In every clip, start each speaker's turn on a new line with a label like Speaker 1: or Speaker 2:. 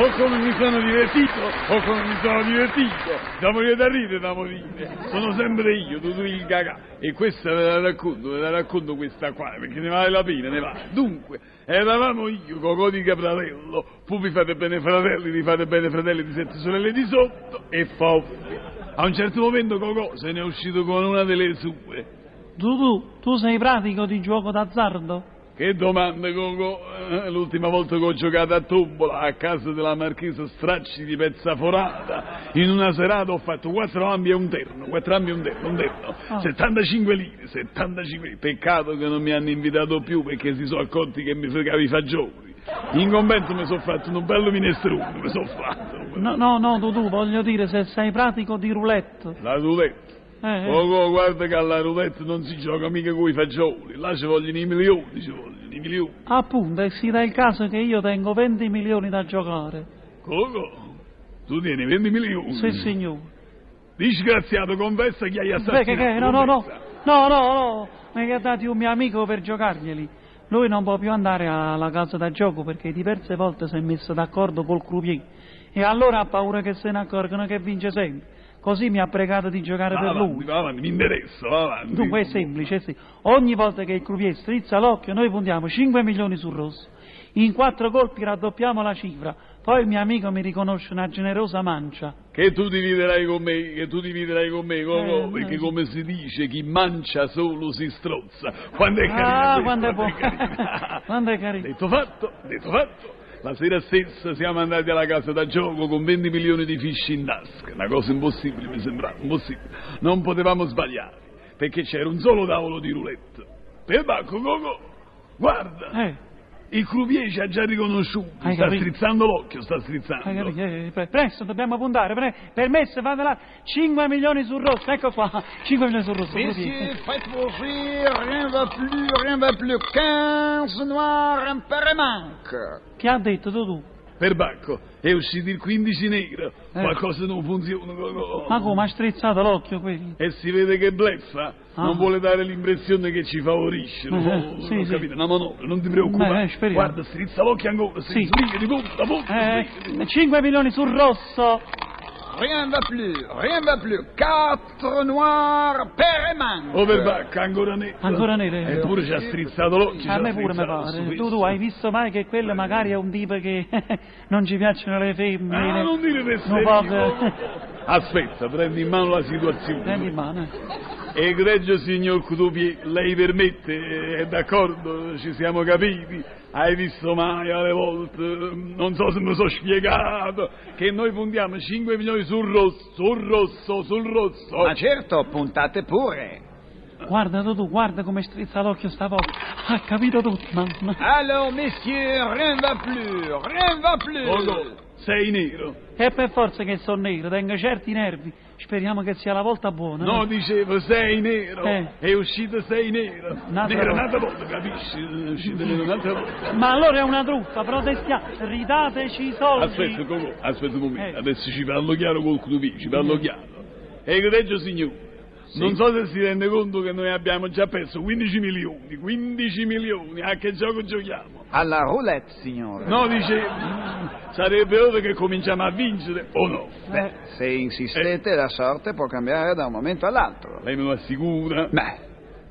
Speaker 1: O come mi sono divertito, o come mi sono divertito. Da morire da ridere, da morire. Sono sempre io, tutto il cagà. E questa ve la racconto, ve la racconto questa qua, perché ne vale la pena, ne vale. Dunque, eravamo io, Cocò di Caprarello, Pupi fate bene fratelli, li fate bene fratelli di sette sorelle di sotto, e Foffi. A un certo momento Cocò se ne è uscito con una delle sue.
Speaker 2: Dudu, tu sei pratico di gioco d'azzardo?
Speaker 1: Che domande, Coco? Eh, L'ultima volta che ho giocato a tombola a casa della marchesa Stracci di Pezzaforata, in una serata ho fatto quattro ambi e un terno, quattro ambi e un terno, un terno,
Speaker 2: Ah.
Speaker 1: 75 lire, 75 lire. Peccato che non mi hanno invitato più perché si sono accorti che mi fregavi i fagioli. In compenso mi sono fatto un bello minestrone, mi sono fatto.
Speaker 2: No, no, no, Dudu, voglio dire se sei pratico di roulette.
Speaker 1: La roulette.
Speaker 2: Eh, eh.
Speaker 1: Coco, guarda che alla roulette non si gioca mica con i fagioli, là ci vogliono i milioni, ci vogliono i milioni.
Speaker 2: Appunto, e si dà il caso che io tengo 20 milioni da giocare.
Speaker 1: Coco, tu tieni 20 milioni.
Speaker 2: Sì, signore.
Speaker 1: Disgraziato, confessa chi hai assassinato.
Speaker 2: Beh, che, che, no, no, no,
Speaker 1: confessa.
Speaker 2: no, no, no, mi ha dati un mio amico per giocarglieli. Lui non può più andare alla casa da gioco perché diverse volte si è messo d'accordo col croupier e allora ha paura che se ne accorgano che vince sempre. Così mi ha pregato di giocare
Speaker 1: Va
Speaker 2: per
Speaker 1: avanti,
Speaker 2: lui.
Speaker 1: va avanti, mi interessa, va avanti.
Speaker 2: Dunque è semplice, sì. Ogni volta che il croupier strizza l'occhio noi puntiamo 5 milioni sul rosso. In quattro colpi raddoppiamo la cifra. Poi il mio amico mi riconosce una generosa mancia.
Speaker 1: Che tu dividerai con me, che tu dividerai con me, Coco,
Speaker 2: Eh,
Speaker 1: perché
Speaker 2: eh.
Speaker 1: come si dice, chi mancia solo si strozza. Quando è carina
Speaker 2: Ah,
Speaker 1: questa,
Speaker 2: quando è buono.
Speaker 1: carina.
Speaker 2: quando è carino.
Speaker 1: Detto fatto, detto fatto. La sera stessa siamo andati alla casa da gioco con 20 milioni di fisci in tasca. Una cosa impossibile, mi sembrava, impossibile. Non potevamo sbagliare, perché c'era un solo tavolo di roulette. Per Bacco Coco, guarda,
Speaker 2: Eh,
Speaker 1: il croupier ci ha già riconosciuto.
Speaker 2: Hai
Speaker 1: sta
Speaker 2: capito?
Speaker 1: strizzando l'occhio, sta strizzando.
Speaker 2: hai capito? Eh, pre- presto, dobbiamo puntare. Pre- permesso, fate là. 5 milioni sul rosso, ecco qua. 5 milioni sul rosso.
Speaker 3: Messieurs, faites vos rires, rien va plus, rien va plus. 15 noirs, un père manque.
Speaker 2: Che ha detto tu? tu?
Speaker 1: Per Bacco, è uscito il 15 nero.
Speaker 2: Eh.
Speaker 1: Qualcosa non funziona, Coco.
Speaker 2: Ma come, ha strizzato l'occhio quello?
Speaker 1: E si vede che bleffa,
Speaker 2: Ah.
Speaker 1: non vuole dare l'impressione che ci favorisce.
Speaker 2: Eh,
Speaker 1: no,
Speaker 2: sì,
Speaker 1: non
Speaker 2: sì.
Speaker 1: capite, una manovra, non ti preoccupare.
Speaker 2: Beh, eh, speriamo.
Speaker 1: Guarda, strizza l'occhio ancora, strizza
Speaker 2: Sì.
Speaker 1: sì. di punta, punta.
Speaker 2: Eh,
Speaker 1: strizza.
Speaker 2: 5 milioni sul rosso.
Speaker 3: Rien va plus, rien va plus. 4 noirs, père manque.
Speaker 1: Oh, per Bacca, ancora nero.
Speaker 2: Ancora nero, eh.
Speaker 1: Eppure ci ha strizzato l'occhio.
Speaker 2: A
Speaker 1: ci ha
Speaker 2: me pure mi
Speaker 1: strizzato
Speaker 2: pare.
Speaker 1: su
Speaker 2: Tu, tu
Speaker 1: questo.
Speaker 2: hai visto mai che quello magari è un tipo che non ci piacciono le femmine?
Speaker 1: Ah, non dire questo.
Speaker 2: Non posso-
Speaker 1: Aspetta, prendi in mano la situazione.
Speaker 2: Prendi in mano.
Speaker 1: Egregio signor Cutupi, lei permette, è d'accordo, ci siamo capiti. Hai visto mai alle volte, non so se mi sono spiegato, che noi puntiamo 5 milioni sul rosso, sul rosso, sul rosso.
Speaker 3: Ma certo, puntate pure.
Speaker 2: Guarda tu, tu, guarda come strizza l'occhio sta volta. Ha capito tutto, mamma.
Speaker 3: Alors, messieurs, rien va plus, rien va plus.
Speaker 1: Poco, Ecco, sei nero.
Speaker 2: E per forza che sono nero, tengo certi nervi. Speriamo che sia la volta buona.
Speaker 1: No,
Speaker 2: eh.
Speaker 1: dicevo, sei nero.
Speaker 2: Eh.
Speaker 1: È uscito sei nero.
Speaker 2: Un'altra
Speaker 1: nero
Speaker 2: volta.
Speaker 1: un'altra volta, capisci? È uscito nero un'altra volta.
Speaker 2: Ma allora è una truffa, protestiamo, ridateci i soldi.
Speaker 1: Aspetta, Coco, aspetta un momento,
Speaker 2: Eh.
Speaker 1: adesso ci parlo chiaro col Cutupi, ci parlo chiaro. Egregio signore, non so se si rende conto che noi abbiamo già perso 15 milioni, 15 milioni, a che gioco giochiamo?
Speaker 3: Alla roulette, signore.
Speaker 1: No, dice, mm, sarebbe ora che cominciamo a vincere o no?
Speaker 3: Beh,
Speaker 2: Eh,
Speaker 3: se insistete, la sorte può cambiare da un momento all'altro.
Speaker 1: Lei me lo assicura?
Speaker 3: Beh,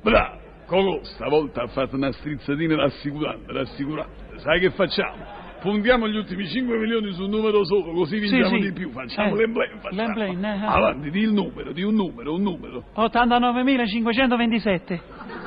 Speaker 1: Bravo, Coco, stavolta ha fatto una strizzatina rassicurante, rassicurante. Sai che facciamo? Puntiamo gli ultimi 5 milioni su un numero solo, così vinciamo
Speaker 2: sì.
Speaker 1: di più. Facciamo
Speaker 2: Eh,
Speaker 1: l'emblema. facciamo.
Speaker 2: l'emblema, eh, eh.
Speaker 1: Avanti, di il numero, di un numero, un numero.
Speaker 2: 89.527.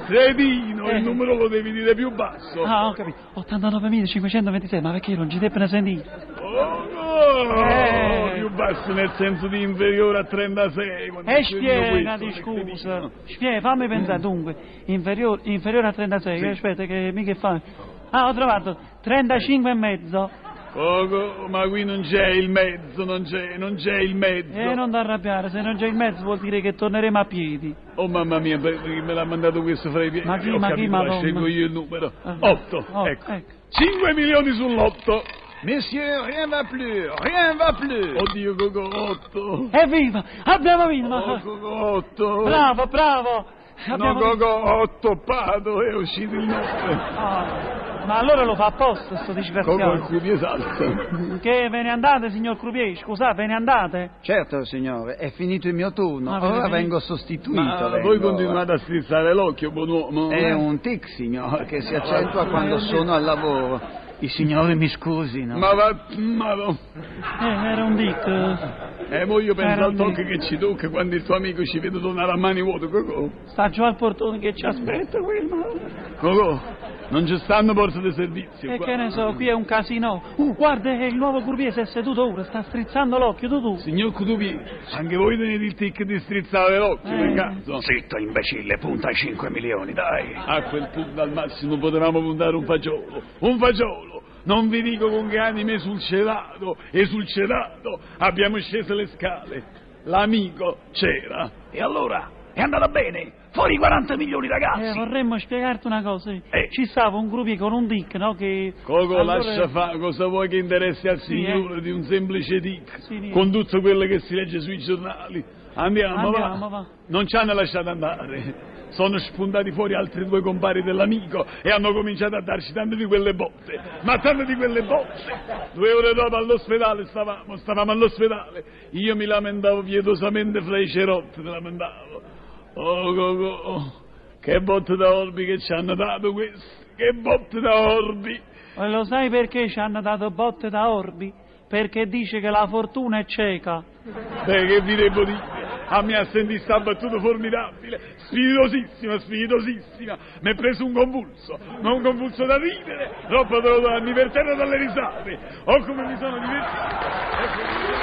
Speaker 1: Tredino,
Speaker 2: Eh.
Speaker 1: il numero lo devi dire più basso.
Speaker 2: Ah, ho capito. 89.526, ma perché non ci te ne sentire?
Speaker 1: Oh, no!
Speaker 2: Eh.
Speaker 1: Più basso nel senso di inferiore a 36. quando
Speaker 2: E
Speaker 1: c'è tutto
Speaker 2: spiega, Eh, di
Speaker 1: questo, che
Speaker 2: scusa.
Speaker 1: cretino.
Speaker 2: Spiega, fammi pensare. Dunque, inferiore, inferiore a 36,
Speaker 1: Sì.
Speaker 2: aspetta, che mica fa. Ah, ho trovato 35 e mezzo.
Speaker 1: Coco, ma qui non c'è il mezzo, non c'è, non c'è il mezzo.
Speaker 2: E Eh, non da arrabbiare, se non c'è il mezzo vuol dire che torneremo a piedi.
Speaker 1: Oh mamma mia, per- chi me l'ha mandato questo fra i piedi?
Speaker 2: Ma chi,
Speaker 1: Ho
Speaker 2: ma chi,
Speaker 1: capito,
Speaker 2: madonna.
Speaker 1: scelgo io il numero.
Speaker 2: Ah.
Speaker 1: 8,
Speaker 2: Oh,
Speaker 1: ecco.
Speaker 2: ecco.
Speaker 1: 5 milioni sull'8.
Speaker 3: Messieurs, rien va plus, rien va plus.
Speaker 1: Oddio, Gogotto!
Speaker 2: Evviva! Abbiamo vinto!
Speaker 1: Oh, Gogotto!
Speaker 2: Bravo, bravo!
Speaker 1: No,
Speaker 2: Abbiamo vinto.
Speaker 1: Gogotto, Pado, è uscito il nome.
Speaker 2: Ah, ma allora lo fa apposta, sto
Speaker 1: Coco il
Speaker 2: disgraziato.
Speaker 1: culo esatto.
Speaker 2: Che ve ne andate, signor Croupier? Scusate, ve ne andate?
Speaker 4: Certo, signore, è finito il mio turno.
Speaker 2: Ma
Speaker 4: Ora
Speaker 2: vedi-
Speaker 4: vengo sostituito.
Speaker 1: Ma
Speaker 4: vengo.
Speaker 1: voi continuate a strizzare l'occhio, buon uomo.
Speaker 4: È un tic, signore, che si accentua
Speaker 1: Ah.
Speaker 4: quando sono al lavoro. I signori mi scusino.
Speaker 1: Ma va... Ma va...
Speaker 2: Eh, era un dick. eh.
Speaker 1: Eh, mo io penso al
Speaker 2: Veramente.
Speaker 1: tocco che ci tocca quando il tuo amico ci vede tornare a mani vuote, Cocò.
Speaker 2: Sta giù al portone che ci aspetta quel ma-
Speaker 1: Cocò, non ci stanno forze di servizio
Speaker 2: E
Speaker 1: qua.
Speaker 2: che ne so, qui è un casino. Uh, guarda, eh, il nuovo Croupier si è seduto ora, sta strizzando l'occhio, tu tu.
Speaker 1: Signor Cutubi, anche voi tenete il tic di strizzare l'occhio, per
Speaker 2: Eh.
Speaker 1: caso?
Speaker 5: Zitto, imbecille, punta ai 5 milioni, dai.
Speaker 1: A quel punto al massimo potevamo puntare un fagiolo, un fagiolo! Non vi dico con che anime esulcerato, esulcerato, abbiamo sceso le scale. L'amico c'era.
Speaker 5: E allora? È andata bene? Fuori i 40 milioni,
Speaker 2: Eh,
Speaker 5: ragazzi!
Speaker 2: vorremmo spiegarti una cosa.
Speaker 5: Eh.
Speaker 2: Ci stava un Croupier con un dick, no? Che.
Speaker 1: Coco,
Speaker 2: allora- eh.
Speaker 1: lascia fare cosa vuoi che interessi al signore di un semplice tic,
Speaker 2: Sì, dica.
Speaker 1: con tutto quello che si legge sui giornali. Andiamo,
Speaker 2: Andiamo, va.
Speaker 1: Non ci hanno lasciato andare. Sono spuntati fuori altri due compari dell'amico e hanno cominciato a darci tante di quelle botte. Ma tante di quelle botte! Due ore dopo all'ospedale stavamo, stavamo all'ospedale. Io mi lamentavo pietosamente fra i cerotti, mi lamentavo. Oh, Coco, oh, che botte da orbi che ci hanno dato questi! Che botte da orbi!
Speaker 2: E eh, lo sai perché ci hanno dato botte da orbi? Perché dice che la fortuna è cieca.
Speaker 1: Beh, Eh, che vi devo dire? A me ha sentito sta battuta formidabile, spiritosissima, spiritosissima. Mi è preso un convulso, ma un convulso da ridere, troppo da darmi per terra dalle risate. Oh, come mi sono divertito!